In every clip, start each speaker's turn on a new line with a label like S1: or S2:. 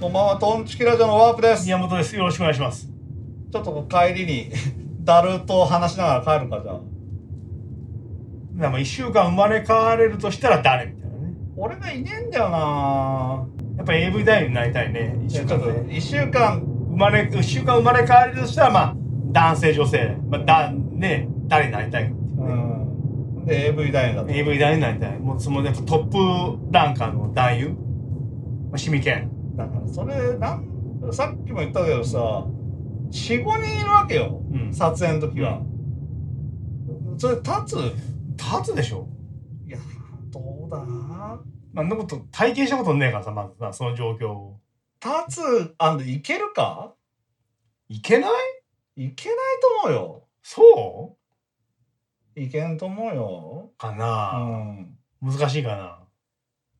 S1: こんばんは、トンチキラジオのワープです。ち
S2: 宮本です。よろしくお願いします。
S1: ょっとこう帰りに、 ダルと話しながら帰るか、じゃあ。
S2: でも一週間生まれ変われるとしたら誰みたいなね。
S1: 俺がいねえんだよな
S2: やっぱり AV 男優になりたいね。一
S1: ち
S2: 週
S1: ょっと
S2: 間で。
S1: 一週間、
S2: 生まれ、一週間生まれ変われるとしたら、まあ、男性、女性、まあ、だ、ね、誰になりたいかっていううね。
S1: ん。で、AV 大だと。
S2: AV 男優になりたい。もう、その、やっぱトップランカーの男優。まあ、シミケン。
S1: だから、それ、なん、さっきも言ったけどさ、四五人いるわけよ。
S2: うん
S1: 撮影の時は。それ、立つ
S2: 立つでしょ
S1: いや、どうだな
S2: まあ、あんなこと、体験したことねえからさ、まずさ、その状況を。
S1: 立つ、あの、いけるか
S2: いけない
S1: いけないと思うよ。
S2: そ
S1: いけんと思うよ
S2: う。か
S1: う
S2: な、
S1: ん。
S2: 難しいかな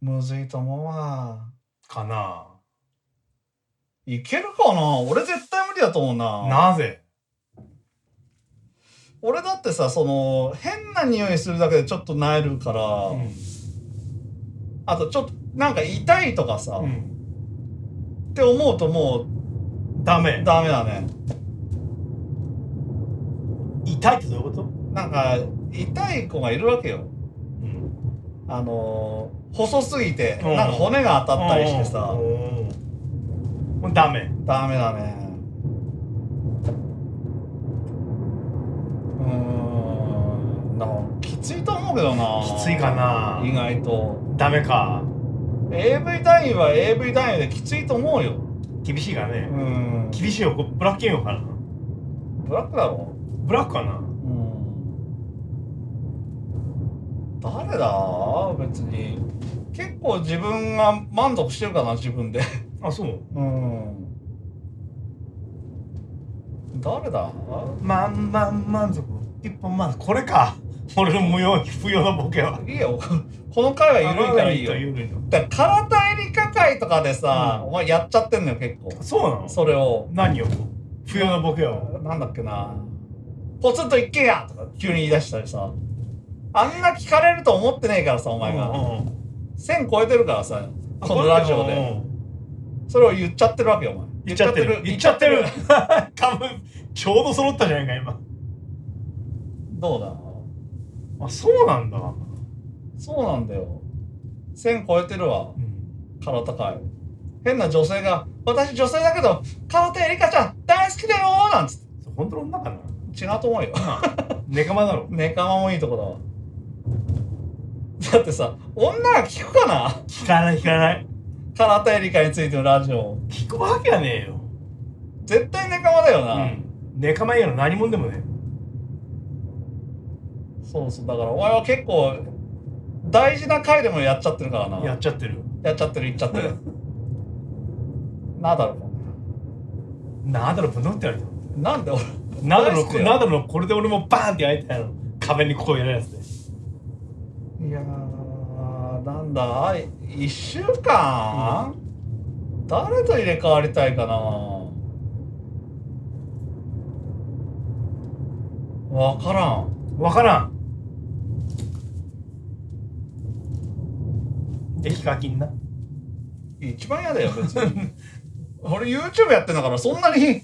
S1: むずいと思うわ。
S2: かない
S1: けるかな俺絶対無理だと思うな。
S2: なぜ
S1: 俺だってさ、その、変な匂いするだけでちょっとなえるから、
S2: うん
S1: あとちょっと、なんか痛いとかさ、
S2: う
S1: っ
S2: ん
S1: て思うとも
S2: ダメ
S1: うダメだね。
S2: 痛いってどういうこと、
S1: なんか、痛い子がいるわけよ。
S2: うん、
S1: あのー細すぎて、
S2: うん
S1: なんか骨が当たったりしてさ、
S2: もうダメ
S1: ダメだね。うーん、なんかきついと思うけどな。
S2: きついかな
S1: 意外と。
S2: ダメか
S1: AV 単位は AV 単位できついと思うよ。
S2: 厳しいから
S1: う
S2: ね、
S1: ん。
S2: 厳しいよこブラック企業かな
S1: ブラックだろ
S2: ブラックかな
S1: うん。誰だ別に。結構自分が満足してるかな、自分で。
S2: あそう
S1: うん。誰だ
S2: まんまん満足一本満足これか俺の無用不要なボケはい
S1: いよ。この回は緩いからいいよ。
S2: 緩いの
S1: だから体入りか会とかでさ、
S2: うん
S1: お前やっちゃってんのよ、結構。
S2: そうなの
S1: それを。
S2: 何を不要なボケを
S1: なんだっけなポツンと一軒家とか急に言い出したりさあんな聞かれると思ってねえからさお前
S2: う
S1: が
S2: んうん
S1: 1000超えてるからさこのラジオで
S2: うん
S1: それを言っちゃってるわけよお前
S2: 言っちゃってる言っちゃってる多分ちょうど揃ったじゃないか今
S1: どうだ
S2: あそうなんだ、
S1: そうなんだよ1000超えてるわ空高い変な女性が「私女性だけど空手エリカちゃん大好きだよ」なんつっ
S2: 本当の 女かな
S1: て違うと思うよ
S2: ネカマだろ
S1: ネカマもいいとこだわだってさ女が聞くかな
S2: 聞かない聞かない
S1: 空手エリカについてのラジオ
S2: 聞くわけはねえよ、
S1: 絶対ネカマだよ
S2: う
S1: な、
S2: ん、ネカマ以外の何者でもね
S1: そうそうだからお前は結構大事な回でもやっちゃってるからな
S2: やっ
S1: や
S2: ちゃってる
S1: っちゃってる言っちゃってる ナダルか
S2: ナダルぶん殴ってやるよ
S1: なんで俺
S2: ナダル
S1: 大好きだよ
S2: のナダルのこれで俺もバーンってやいたの壁にこうやるやつで
S1: いやーなんだ1週間、誰と入れ替わりたいかなわからん
S2: 分からんでヒカキンな
S1: 一番嫌だよ別に俺 YouTube やってんだからそんなに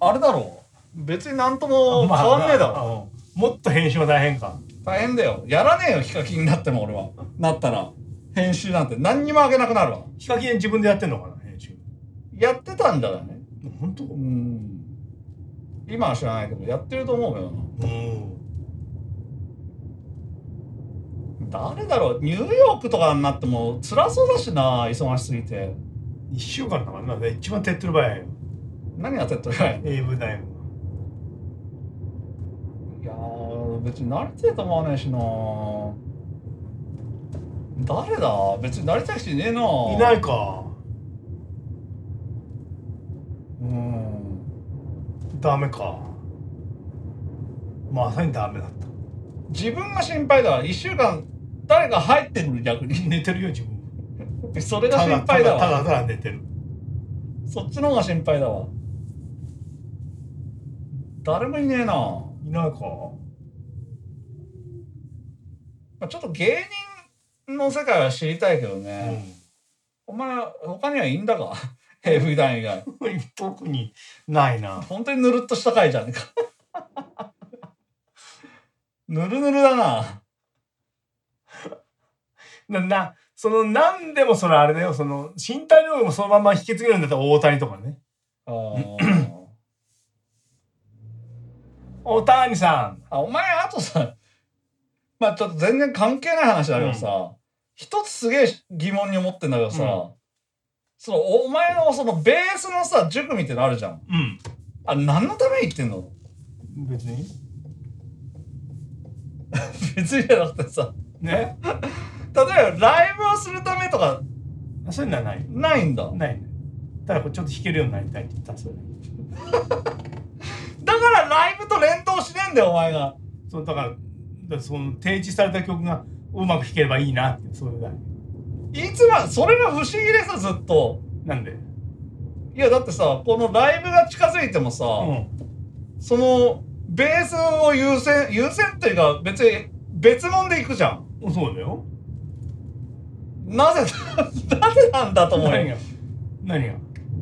S1: あれだろ別になんとも変わんねえだろ、
S2: ろもっと編集は大変か
S1: 大変だよやらねえよヒカキンになっても俺はなったら編集なんて何にもあげなくなるわ
S2: ヒカキン自分でやってんのかな編集
S1: やってたんじゃない
S2: 本当う
S1: うんん今は知らないけどやってると思うけどな誰だろうニューヨークとかになっても辛そうだしな忙しすぎて
S2: 1週間だからな一番手っ取り早いよ
S1: 何やってっとるかい
S2: AV 大学
S1: いやー別になりてえと思わねえしな誰だ別になりたい人いねえない
S2: いないか
S1: うん
S2: ダメかまさにダメだっ
S1: 自分が心配だわ1週間誰か入ってくる逆
S2: た
S1: に
S2: 寝てるよ自分
S1: それが心配だわ
S2: ただただただ寝てる
S1: そっちの方が心配だわ。誰もいねえな。ま
S2: いないか
S1: あ、ちょっと芸人の世界は知りたいけど
S2: うん
S1: ね。お前、他にはいいんだか AV 団以外。
S2: 特にないな。
S1: 本当にぬるっとした回じゃねえか。ぬるぬるだな。
S2: な、な、その、なんでもそれあれだよ。その、身体能力もそのまま引き継げるんだったら大谷とかね。
S1: あー
S2: 大谷さん。
S1: あお前、あとさ、まあちょっと全然関係ない話だけどさ、一つすげえ疑問に思ってんだけどさ、
S2: う
S1: そのお前のそのベースのさ、塾みたいなのあるじゃん。
S2: うん。
S1: あれ何のために行ってんの
S2: 別に。
S1: 別にじゃなくてさ、
S2: ね。
S1: 例えばライブをするためとか
S2: そういうのはない。
S1: ないんだ。
S2: ないね。ただ、これちょっと弾けるようになりたいって言ったらそれだけ。
S1: だからライブと連動しねえんだよ、お前が。
S2: そのだから、だからその提示された曲がうまく弾ければいいなって、そういうだけ。
S1: いつまそれが不思議でさ、ずっと。
S2: なんで。
S1: いや、だってさ、このライブが近づいてもさ、
S2: うん。
S1: その、ベースを優先、優先っていうか、別に、別物でいくじゃん。
S2: そうだよ。
S1: なぜ、 なぜなんだと思う
S2: 何
S1: よ。
S2: が何が
S1: い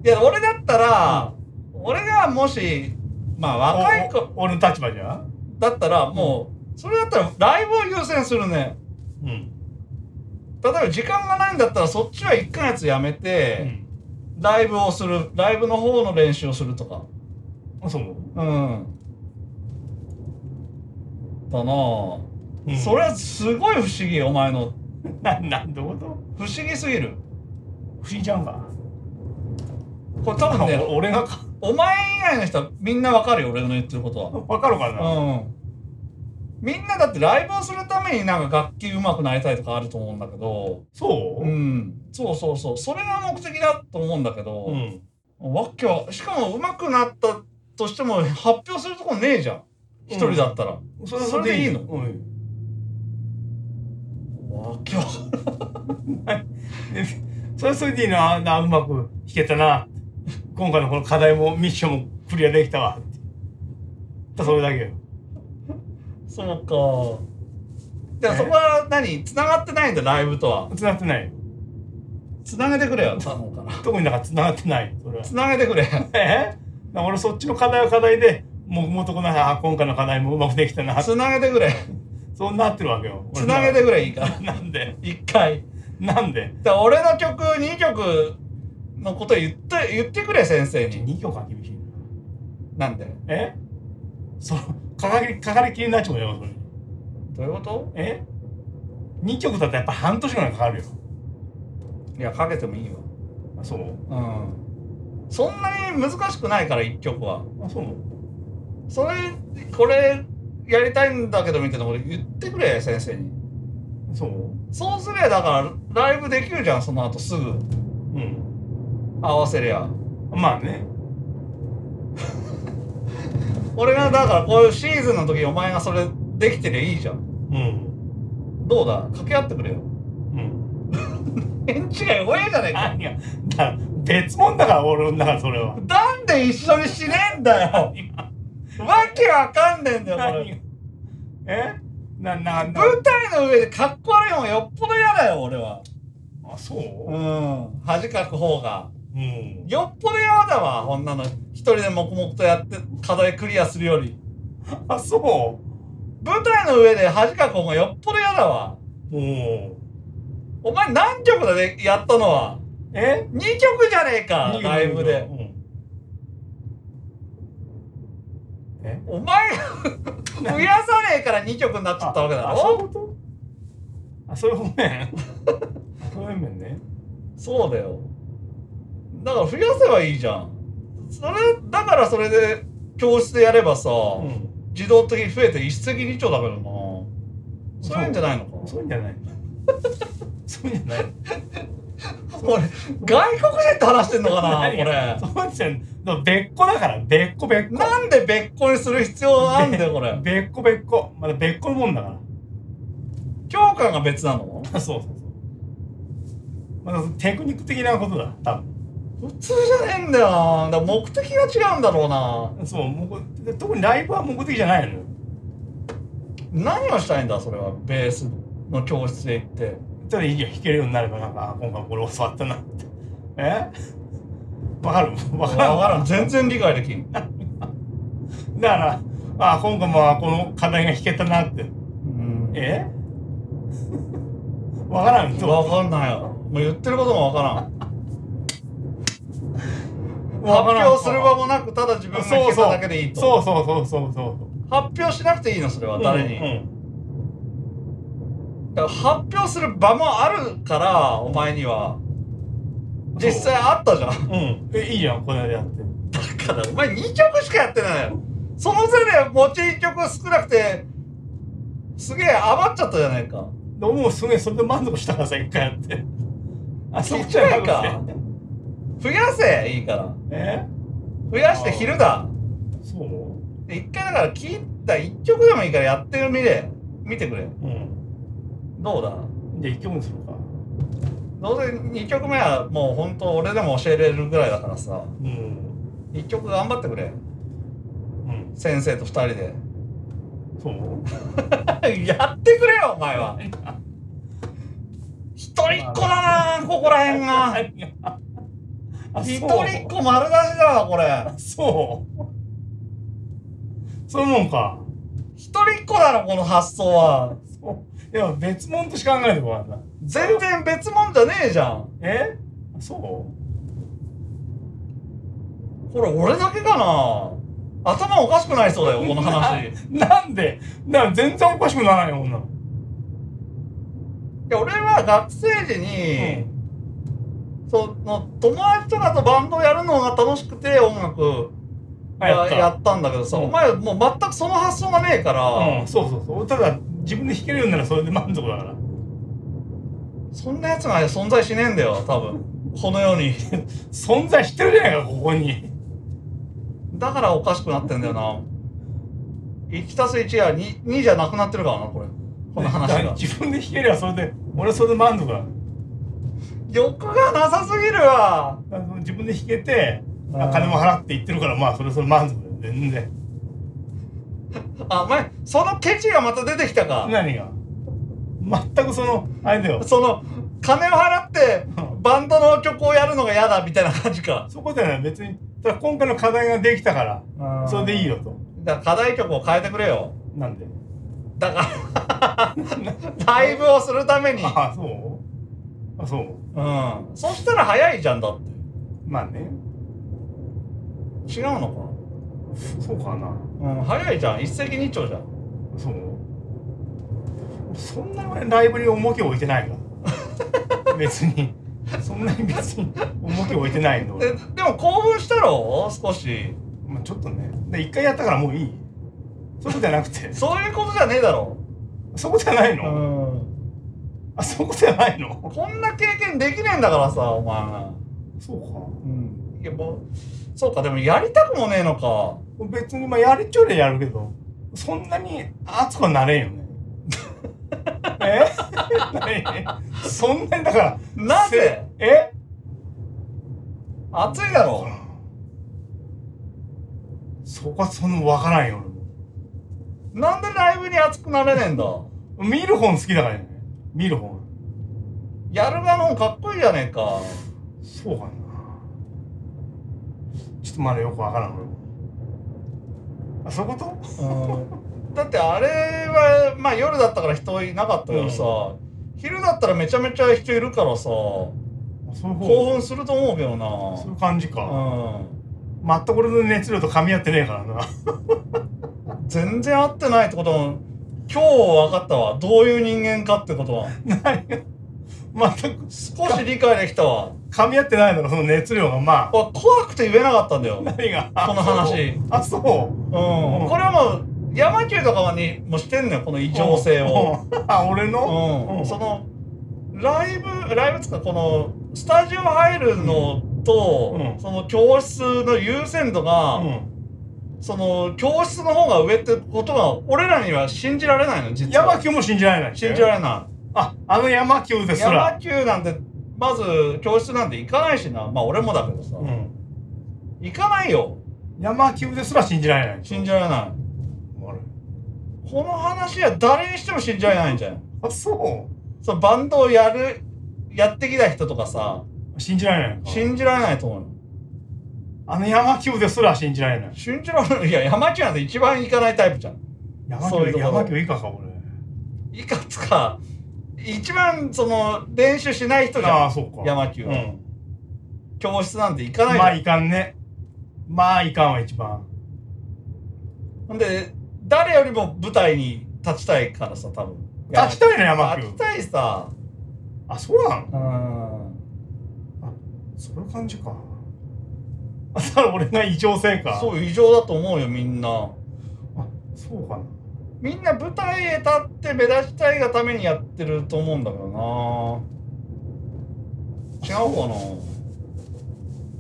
S1: や、俺だったら、俺がもし、まあ若い子
S2: おお俺の立場じゃ
S1: だったら、もう、それだったらライブを優先するね。
S2: うん。
S1: 例えば時間がないんだったら、そっちは1ヶ月やめ
S2: う
S1: て、
S2: ん。
S1: ライブをする、ライブの方の練習をするとか。
S2: あそう。
S1: うん。だなぁ。
S2: うん
S1: それはすごい不思議、お前の。
S2: な、なんてこと
S1: 不思議すぎる。
S2: 不思議ちゃうんか。
S1: これ多分ね、
S2: お俺がか。
S1: お前以外の人はみんなわかるよ、俺の言ってること
S2: わかるかな、
S1: は。うん。みんなだってライブをするためになんか楽器上手くなりたいとかあると思うんだけど、
S2: そうう、
S1: ん。そうそうそう。それが目的だと思うんだけ
S2: う
S1: ど、
S2: ん、
S1: わっきは、しかも上手くなったとしても発表するとこねえじゃん。一人だったら。
S2: それ
S1: それでいいの
S2: うん、
S1: わっきは。
S2: でそれそれでいいななうまく弾けたな今回のこの課題もミッションもクリアできたわってそれだけよ
S1: そうか。じゃあ
S2: ね
S1: そこは何繋がってないんだライブとは。
S2: 繋がってない
S1: 繋げてくれよ。頼むから。
S2: 特になんか繋がってないそれは
S1: 繋げてくれ。
S2: えな俺そっちの課題は課題でもうもとこないあ今回の課題もうまくでき たな
S1: 繋げてくれ。
S2: そうなってるわけよ俺
S1: 繋げてくれいいから。
S2: なんで
S1: 一回。
S2: なんで
S1: だから俺の曲2曲のこと言って言ってくれ先生に。
S2: 2曲は厳しいな
S1: なんで。
S2: えそのかかりかかりきりになっちまうよそれ
S1: どういうこと？
S2: え2曲だとやっぱ半年ぐらいかかるよ
S1: いやかけてもいいよ。
S2: あそう
S1: うん。そんなに難しくないから一曲は。
S2: あそう
S1: それこれやりたいんだけどみたいなこと言ってくれ先生に。
S2: そう
S1: そうすりゃだからライブできるじゃんその後すぐ。
S2: うん
S1: 合わせりゃ
S2: まあね
S1: 俺がだからこういうシーズンの時にお前がそれできてりゃいいじゃん
S2: うん
S1: どうだ掛け合ってくれよ
S2: うん
S1: 返事が弱えじゃねえか
S2: 何がだから別物だから俺の中それは
S1: なんで一緒にしねえんだよわけわかんねえんだよこ
S2: 何が
S1: れ
S2: えななな
S1: 舞台の上でかっこ悪いもんよっぽど嫌だよ俺は
S2: あそううん
S1: 恥かく方が
S2: うん
S1: よっぽど嫌だわこんなの一人で黙々とやって課題クリアするより
S2: あそ
S1: 舞台の上で恥かく方がよっぽど嫌だわ
S2: ううん
S1: お前何曲だねやったのは
S2: え
S1: 2曲じゃねえか
S2: 二曲
S1: ライブで
S2: うんえ
S1: お前が増やさねえから2曲になっちゃったわけだ
S2: あそういう
S1: ろ
S2: ことあそういう方 面あそういう面ね
S1: そうだよだから増やせばいいじゃんそれだからそれで教室でやればさ、
S2: うん
S1: 自動的に増えて一石二鳥だけどなそういうんじゃないのか
S2: そういうんじゃない。そういうんじゃない。
S1: これ外国人と話してんのかなこ
S2: 何が
S1: れ
S2: そうじゃん。だから別個だから、別個別個。
S1: なんで別個にする必要なんだよこ れ
S2: 別個別個。まだ別個のもんだか
S1: 教科が別なの
S2: ら。そうそうそう。まだテクニック的なことだ、多分。
S1: 普通じゃねえんだよなだから目的が違うんだろうな
S2: そう、もうで特にライブは目的じゃないのよ。
S1: 何をしたいんだそれはベースの教室へ行って
S2: たらいいよ弾けるようになればなんかあ今回これ教わったなってえわかるわからん
S1: わからん全然理解でき ん、
S2: だからあ今回もこの課題が弾けたなって
S1: うん、
S2: え わからんと
S1: わかんないよもう言ってることもわからん
S2: わからん
S1: 発表する場もなくただ自分が弾
S2: そう
S1: けた
S2: そう
S1: だけでいいと
S2: そうそうそうそうそ
S1: 発表しなくていいのそれは
S2: う
S1: 誰に、
S2: うん
S1: だから発表する場もあるからお前には
S2: そう
S1: 実際あったじゃん
S2: うん、うんえいいじゃんこの間やって
S1: だからお前2曲しかやってないよそのせいで持ち1曲少なくてすげえ余っちゃったじゃないか
S2: でもうすごいそれで満足したからさ一回や ってあそっ
S1: 一
S2: ちは
S1: 回
S2: 満足
S1: か
S2: して
S1: 増やせいいから
S2: え
S1: 増やして昼だ
S2: そう
S1: で一回だから聞いた1曲でもいいからやってみれ見てくれ
S2: うん
S1: どうだ
S2: じゃあ一曲にするか
S1: どうせ2曲目はもう本当俺でも教えれるぐらいだからさ
S2: うん
S1: 1曲頑張ってくれ
S2: うん
S1: 先生と2人で
S2: そう
S1: やってくれよお前は 一人っ子だなここら辺 が
S2: あ
S1: 一人
S2: そう
S1: っ子丸出しだわこれ
S2: そうそういうもんか
S1: 一人っ子だろこの発想は
S2: そういや別物としか考えてこないな
S1: 全然別もんじゃねえじゃん
S2: えそう
S1: これ俺だけかな頭おかしくなりそうだよこの 話い
S2: ななんでなんで全然おかしくならないよこんなの
S1: や俺は学生時に、その友達とかとバンドをやるのが楽しくて音楽
S2: あやった
S1: やったんだけどさ、
S2: うん
S1: お前もう全くその発想がねえから、
S2: うん、そうそうそうただ自分で弾けるようにならそれで満足だから
S1: そんなやつが存在しねえんだよ多分この世に
S2: 存在してるじゃないかここに
S1: だからおかしくなってんだよな1たす1や 2, 2じゃなくなってるからなこれこの話
S2: だから
S1: が
S2: 自分で弾ければそれで俺はそれで満足だ
S1: 欲がなさすぎるわ
S2: だから自分で弾けて
S1: あ
S2: あ
S1: ー
S2: 金も払って言ってるからまあそれはそれで満足だよ全然
S1: あお前そのケチがまた出てきたか
S2: 何が全くそのあれだよ
S1: その金を払ってバンドの曲をやるのが嫌だみたいな感じか
S2: そこじゃない別にただ今回の課題ができたから それでいいよと
S1: だから課題曲を変えてくれよ
S2: なんで
S1: だから ライブをするために
S2: ああそうあそう
S1: うんそしたら早いじゃんだって
S2: まあね
S1: 違うの
S2: そうかな
S1: かうん早いじゃん一石二鳥じゃん
S2: そうそんなにライブに重きを置いてないから別にそんなに別に重きを置いてないの
S1: で
S2: 俺、
S1: でも興奮したろ少し
S2: まあ、ちょっとねで一回やったからもういいそういうことじゃなくて
S1: そういうことじゃねえだろ
S2: そこじゃないの、
S1: ん
S2: あそこじゃないの
S1: こんな経験できねえんだからさお前
S2: そう
S1: うんいやもうそうかでもやりたくもねえのか
S2: か別にまあやるっちょりゃやるけどそんなに熱くはなれんよね え 何そんなにだから
S1: なぜ
S2: せえ
S1: 暑いだろ
S2: そこはその分からんよ俺も
S1: なんでライブに熱くなれねえんだ
S2: 見る本好きだからね見る本
S1: やる側の方かっこいいじゃねえか
S2: そうかなちょっとまだよく分からん俺もあそういうこと
S1: だってあれはまあ夜だったから人いなかったけどさ、昼だったらめちゃめちゃ人いるからさ興
S2: あそういう方
S1: 奮すると思うけど
S2: そうい
S1: な
S2: う感じか、全く俺の熱量と噛み合ってねえから
S1: う
S2: な
S1: ん全然合ってないってことも今日分かったわどういう人間かってことは
S2: 全く
S1: 少し理解できたわ
S2: 噛み合ってないだろその熱量がまあ
S1: わ怖くて言えなかったんだよ、うん、
S2: 何が
S1: この話
S2: あそうあそう
S1: これはもう山級とかにもしてんのよこの異常性を。
S2: うんあ俺の、
S1: う
S2: うん
S1: ん、そのライブライブっつうかこのスタジオ入るのと、
S2: うん
S1: その教室の優先度が、
S2: うん
S1: その教室の方が上ってことが俺らには信じられないの実は
S2: 山級も信じられない
S1: 信じられな
S2: ああの山級で
S1: い
S2: すら
S1: 山級なんてまず教室なんて行かないしなまあ俺もだけどさ、
S2: うん
S1: 行かないよ
S2: 山級ですら信じられない
S1: 信じられない
S2: あれ
S1: この話は誰にしても信じられないんじゃん
S2: あそう
S1: そのバンドをやる、やってきた人とかさ、
S2: 信じられないの
S1: 信じられないと思うの。
S2: あの山木ですら信じられない
S1: 信じられない。いや、山木なんて一番行かないタイプじゃん。
S2: 山
S1: そういう
S2: 木
S1: ところ
S2: 山木以下か俺
S1: いかつか、一番その、練習しない人じ
S2: あ
S1: ゃ
S2: あ
S1: ん。
S2: そうか
S1: 山木
S2: う
S1: は、
S2: ん
S1: 教室なんて行かないじ
S2: ま
S1: ゃ
S2: あ
S1: ん
S2: いかんねまあいかんは一番
S1: ほんで、誰よりも舞台に立ちたいからさ、多分。
S2: 立ちたいの山
S1: 立ち
S2: 木
S1: たいさ。
S2: あそうなの
S1: うん。
S2: そういう感じかあだから俺が異常性か
S1: そう、異常だと思うよ、みんな。
S2: あそうかな
S1: みんな舞台へ立って目立ちたいがためにやってると思うんだけどな違うかな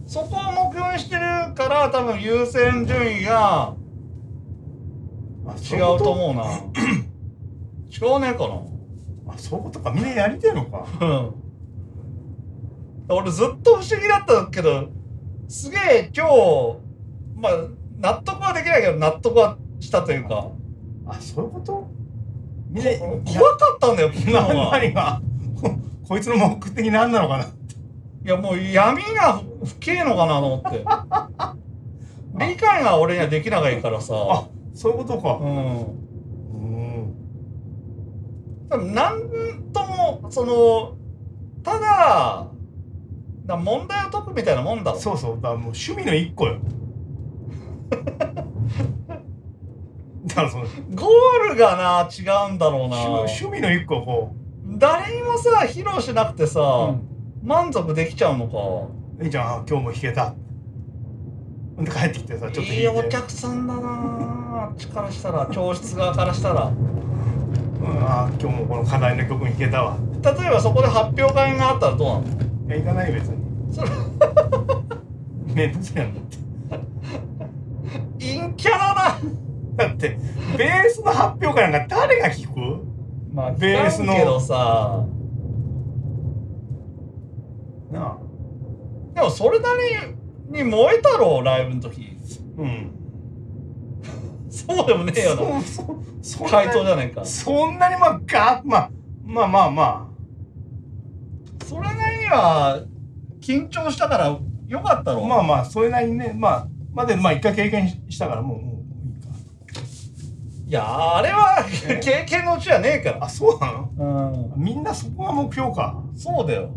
S1: そこを目標にしてるから多分優先順位が
S2: あ
S1: 違うと
S2: う
S1: 思うな違わねえかな
S2: ことあそういうことかみんなやりてえのか
S1: うん俺ずっと不思議だったけどすげえ今日まあ納得はできないけど納得はしたというか
S2: あそういうことみんなや
S1: 怖かったんだよ昨日
S2: な
S1: は
S2: 何がここいつの目的何なのかない
S1: やもう闇が深えのかなと思って 理解が俺にはできながいいからさ
S2: あそういうこと
S1: う
S2: か
S1: ん
S2: うん
S1: 多分なんともそのただな問題を解くみたいなもんだろ
S2: そうそうだからもう趣味の一個よ だからその
S1: ゴールがな違うんだろうな
S2: 趣趣味の一個をこ
S1: 誰にもさ披露しなくてさ、
S2: う、
S1: 満足できちゃうのか
S2: いいじゃんあ今日も弾けたほんで帰ってきてさちょっと弾いて
S1: いいお客さんだなあっちからしたら教室側からしたら
S2: うん、あ今日もこの課題の曲に弾けたわ
S1: 例えばそこで発表会があったらどうなの
S2: いや行かないよ別に
S1: それ
S2: めんどくせえなんだって
S1: 陰キャラだ
S2: だってベースの発表会なんか誰が聞く
S1: まあ、
S2: ベ
S1: ベ
S2: ー
S1: ー
S2: ス
S1: ス
S2: の
S1: の。けどさ、
S2: なあ
S1: でもそれなりに燃えたろ、ライブの時。
S2: うん
S1: そうでもねえよな。
S2: そうそそんな
S1: 回答じゃないか。
S2: そんなにまあガーまあまあまあま
S1: それなりには、緊張したからよかった
S2: あ
S1: ろ。
S2: まあまあそれなりにねまあまあでまあ一回経験ししたからもうもういいか
S1: いや、あれは
S2: え
S1: 経験のうちじゃねえから。
S2: あそうなの
S1: うん。
S2: みんなそこが目標か
S1: そうだよ。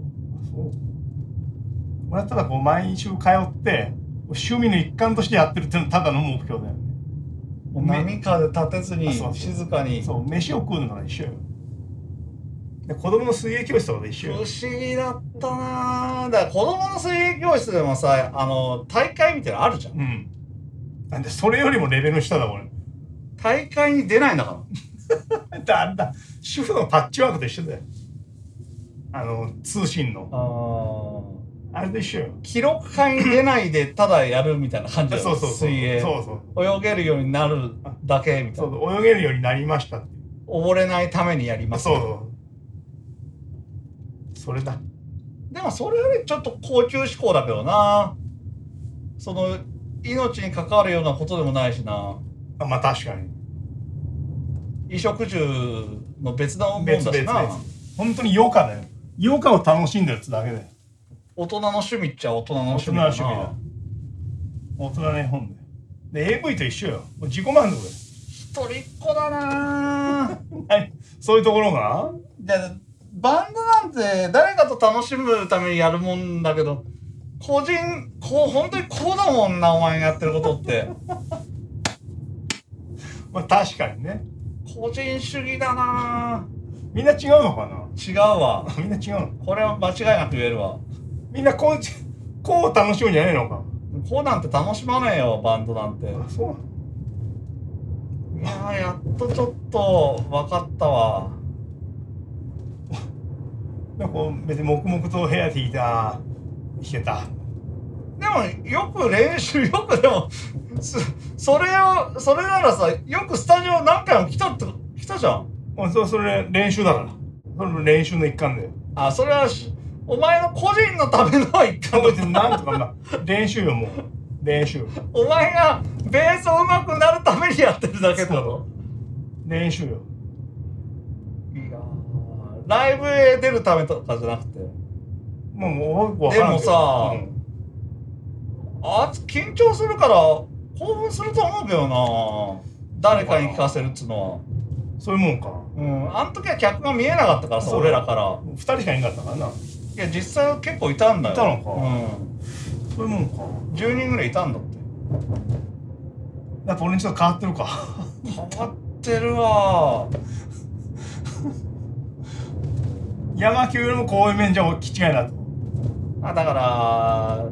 S2: そう俺はただこう毎週通って趣味の一環としてやってるっていうのはただの目標だよね
S1: もう波風立てずに
S2: あそう、
S1: 静かに。
S2: そう飯を食うのが一緒よで子供の水泳教室とかで一
S1: 不
S2: 緒よ
S1: 思議だったなあだから子供の水泳教室でもさ、あの、大会みたいなのあるじゃん。
S2: うんなんでそれよりもレベルの下だ俺
S1: 大会に出ないんだから。
S2: だんだん主婦のパッチワークと一緒だよあの通信の
S1: ああ。
S2: あれと一緒よ
S1: 記録会に出ないでただやるみたいな感じ
S2: そ
S1: だ
S2: う
S1: よ
S2: そうそうそう
S1: 水泳
S2: そうそう
S1: 泳げるようになるだけみた
S2: そ
S1: いうな
S2: そう泳げるようになりましたって
S1: 溺れないためにやります
S2: そうそうそれだ
S1: でもそれよりちょっと高級志向だけどなその命に関わるようなことでもないしな
S2: あまあ確かに
S1: 衣食住の別なもんだ
S2: 別
S1: しな
S2: 々別々本当に余暇だよ余暇を楽しんだやつだけだよ
S1: 大人の趣味っちゃ大人の
S2: 大
S1: 趣
S2: 人
S1: 味
S2: の
S1: だな
S2: 趣味だ大人の絵本だよで AV と一緒よもう自己満足
S1: 一人っ子だな
S2: だよはいそういうところが
S1: じゃあバンドなんて誰かと楽しむためにやるもんだけど個人こう本当にこうだもんなお前がやってることって。
S2: まあ確かにね
S1: 個人主義だなぁ
S2: みんな違うのかな
S1: 違うわ
S2: みんな違うの
S1: これは間違いなく言えるわ
S2: みんなこうじこう楽しむんじゃねえのか
S1: こうなんて楽しまねえよバンドなんていや
S2: あそうなの
S1: ーやっとちょっと分かったわ
S2: でこう別に黙々と部屋で弾いた弾けた
S1: でもよく練習 よくでもすそれをそれならさよくスタジオ何回も来たって来たじゃん
S2: もうそそれ練習だからそれも練習の一環だよ
S1: あそれはしお前の個人のための一環
S2: 別になんとかまあ練習よもう練習
S1: お前がベースを上手くなるためにやってるだけだろ
S2: 練習よ
S1: いやーライブへ出るためとかじゃなくて
S2: もうもうわからんけ
S1: で
S2: ど
S1: もさあ緊張するから興奮すると思うけどな誰かに聞かせるっつうの
S2: うんそういうもんか
S1: はうんあの時は客が見えなかったからさ
S2: そう
S1: 俺らから
S2: 2人しかいなかったからない
S1: や実際は結構いたんだよ
S2: いたのか
S1: う
S2: そういうもんか
S1: ん、10人ぐらいいたんだって
S2: やっぱ俺にちょっと変わってるか
S1: 変わってるわ
S2: 山木よりもこういう面じゃ気違いなと
S1: あだから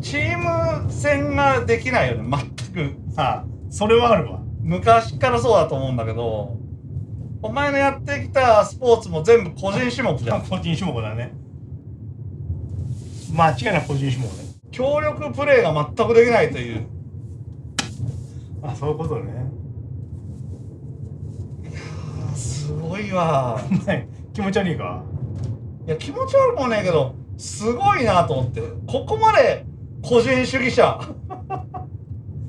S1: チーム戦ができないよね全く
S2: あそれはあるわ
S1: 昔からそうだと思うんだけどお前のやってきたスポーツも全部個人種目じゃん
S2: 個人種目だね間違いなく個人種目ね
S1: 協力プレーが全くできないという
S2: あそういうことね
S1: あすごいわ
S2: お前気持ち悪いか
S1: いや気持ち悪くもねえけどすごいなと思ってここまで個人主義者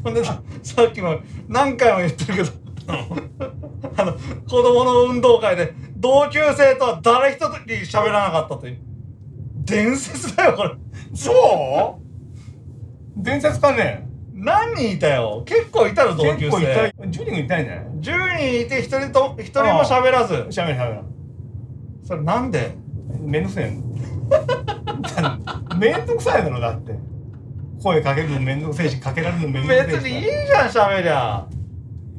S1: ほんでささっきも何回も言ってるけど あの子供の運動会で同級生とは誰一人喋らなかったという伝説だよこれ
S2: そう伝説かね
S1: 何人いたよ結構いたの同級
S2: 結構いた
S1: 生
S2: い10人ぐらいいたんじゃ
S1: 10
S2: ない
S1: 人いて1人と一人も喋らず
S2: しゃべるしゃべる
S1: それなんで
S2: めんどくさいの めんどくさいだろだって声かけるのめんどくせえしかけられるのめんどく
S1: 別
S2: せ
S1: にいい
S2: え
S1: じ
S2: し
S1: ゃん喋りゃ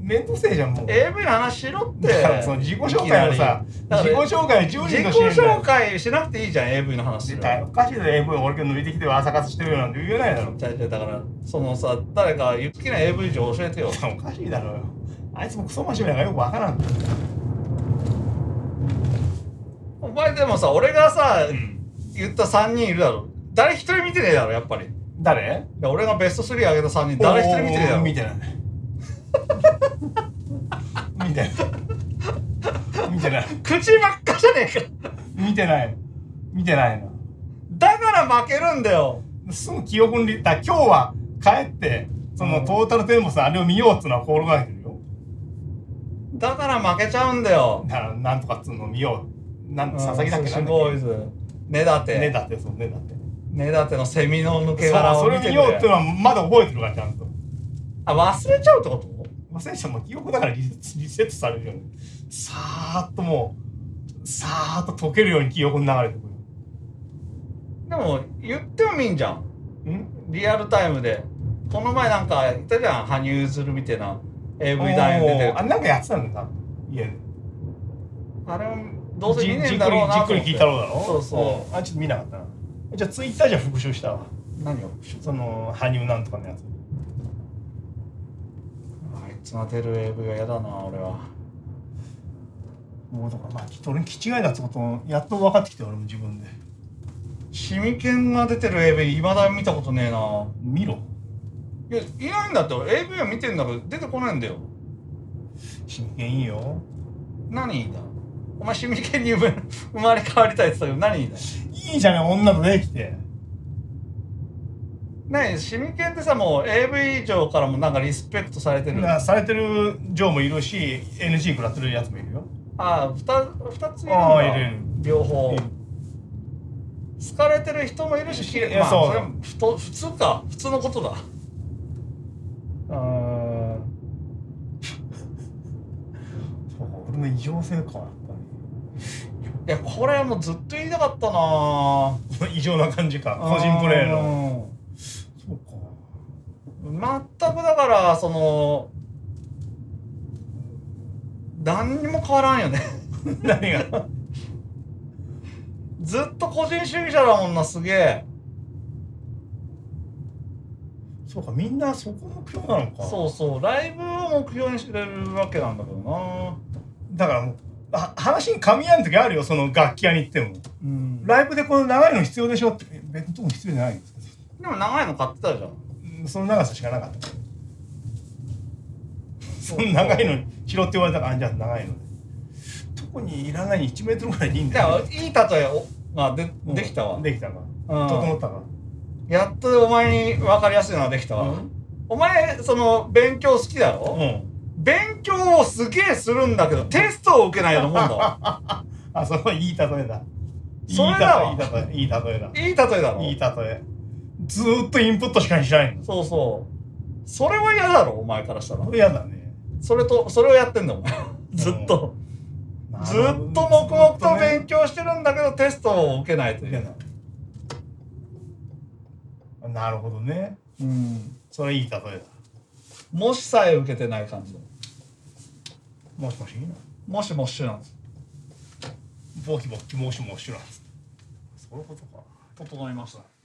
S2: めんどくせえじゃんもう
S1: AV の話しろって
S2: だから その自己紹介をさ
S1: だ
S2: 自
S1: か
S2: 己
S1: ら
S2: 紹介を10人と
S1: 自己
S2: してるんだ
S1: 紹
S2: よ
S1: 介しなくていいじゃん AV の話
S2: 絶
S1: じ
S2: 対
S1: ゃ
S2: おかしいだろ AV 俺今日抜いてきて朝活してるよなんて言えないだろ
S1: あじゃあだからそのさ誰か好きな AV 女教えてよ
S2: おかしいだろうよあいつもクソ真面目だからよくわからん
S1: お前でもさ俺がさ言った3人いるだろ誰一人見てねえだろやっぱりい
S2: 誰
S1: や俺がベスト3上げた3人誰一人見てねえだろ
S2: 見てない見てない見てない
S1: 口ばっかじゃねえか
S2: 見てない見てないな
S1: だから負けるんだよ
S2: すぐ記憶にだ今日は帰ってそのトータルテンボスあれを見ようっつうのは心がけてるよ
S1: だから負けちゃうんだよ
S2: だからなんとかっつうのを見ようなん佐々木だっけな
S1: す
S2: んだ
S1: ごい
S2: っ
S1: ズ根立
S2: けね
S1: て
S2: だってそうねだって
S1: 根立てのセミの抜け殻
S2: そうそ
S1: を見
S2: れを
S1: て
S2: 見
S1: く
S2: ようっていう
S1: れ
S2: のはまだ覚えてるからちゃんと
S1: あ忘れちゃうってこと
S2: 忘れちゃうもう記憶だからリリセットされるようにさーっともうさーっと溶けるように記憶に流れてく
S1: でも言ってもいいんじゃん
S2: るん
S1: リアルタイムでこの前なんかいたじゃん羽生結弦みたいな AV 男優出て
S2: おーあなんかやってたんだな家で
S1: あれもどうせ見ねえんだろうな
S2: じ
S1: と
S2: っく
S1: 思
S2: り
S1: っ
S2: じ
S1: て
S2: っくり聞いたろうだろ
S1: そうそ
S2: んあちょっと見なかったなじゃあツイッターじゃ復習したわ
S1: う何を
S2: その羽生なんとかのやつ
S1: あいつが出る AV は嫌だな俺は
S2: もうとかまあきっと俺に気違いだってことをやっと分かってきて俺も自分で
S1: シミケンが出てる AV いまだ見たことねえな
S2: 見ろ
S1: いやいないんだって俺 AV は見てんだけど出てこないんだよ
S2: 真剣いいよ
S1: 何いいんだお前シミケンに生まれ生まれ変わりたいって言ってたけど何いいんだ
S2: いいじゃない女とできて
S1: ねシミケンってさもう AV 以上からもなんかリスペクトされてる
S2: なされてる嬢もいるし NG 食らってるやつもいるよ
S1: ああ 2, 二ついるん
S2: ああ
S1: だ
S2: いるいる
S1: 両方
S2: いる
S1: 好かれてる人もいるし、
S2: いや
S1: まあ、
S2: そう
S1: それもふと普通か普通のことだ
S2: あーそうか俺の異常性かやっぱ
S1: いやこれはもうずっと言いたかったな
S2: り異常な感じか個人プレーの
S1: の
S2: そうか
S1: 全くだからその何にも変わらんよね
S2: 何が
S1: ずっと個人主義者だもんなすげえ
S2: そうかみんなそこ目標なのか
S1: そうそうライブを目標にしてるわけなんだけどな
S2: だからもうあ話に噛み合う時あるよその楽器屋に行っても
S1: うん
S2: ライブでこの長いの必要でしょってえ別のとこ必要じゃないんですか
S1: でも長いの買ってたじゃん
S2: うんその長さしかなかったその長いの拾って言われたからあじゃあ長いので特にいらない1メートルぐらいでいいん
S1: い
S2: だ
S1: やい
S2: よ
S1: い例えをがで
S2: うん
S1: できたわ、
S2: できたか
S1: うん
S2: 整ったか
S1: やっとお前に分かりやすいのはできたわ、
S2: うん
S1: お前その勉強好きだろ、
S2: うん
S1: 勉強をすげえするんだけどテストを受けないようなもんだわ
S2: ああ、そのいい例えだ。
S1: それだわ
S2: いい例え、いい例えだ。
S1: いい例えだろ
S2: いい例え。ずーっとインプットしかしないの。
S1: そうそうそれは嫌だろお前からしたら
S2: これやだね。
S1: それとそれをやってんだお前ずっとずっと黙々と勉強してるんだけどテストを受けないとい
S2: 強
S1: け
S2: だ
S1: ない、
S2: な。 なるほどね。
S1: うん、
S2: それいい例えだ。
S1: もしさえ受けてない感じだ
S2: もしもしいいな。
S1: もしもしなんです
S2: ボキボキもしもしらん。そういうことか。
S1: 整いました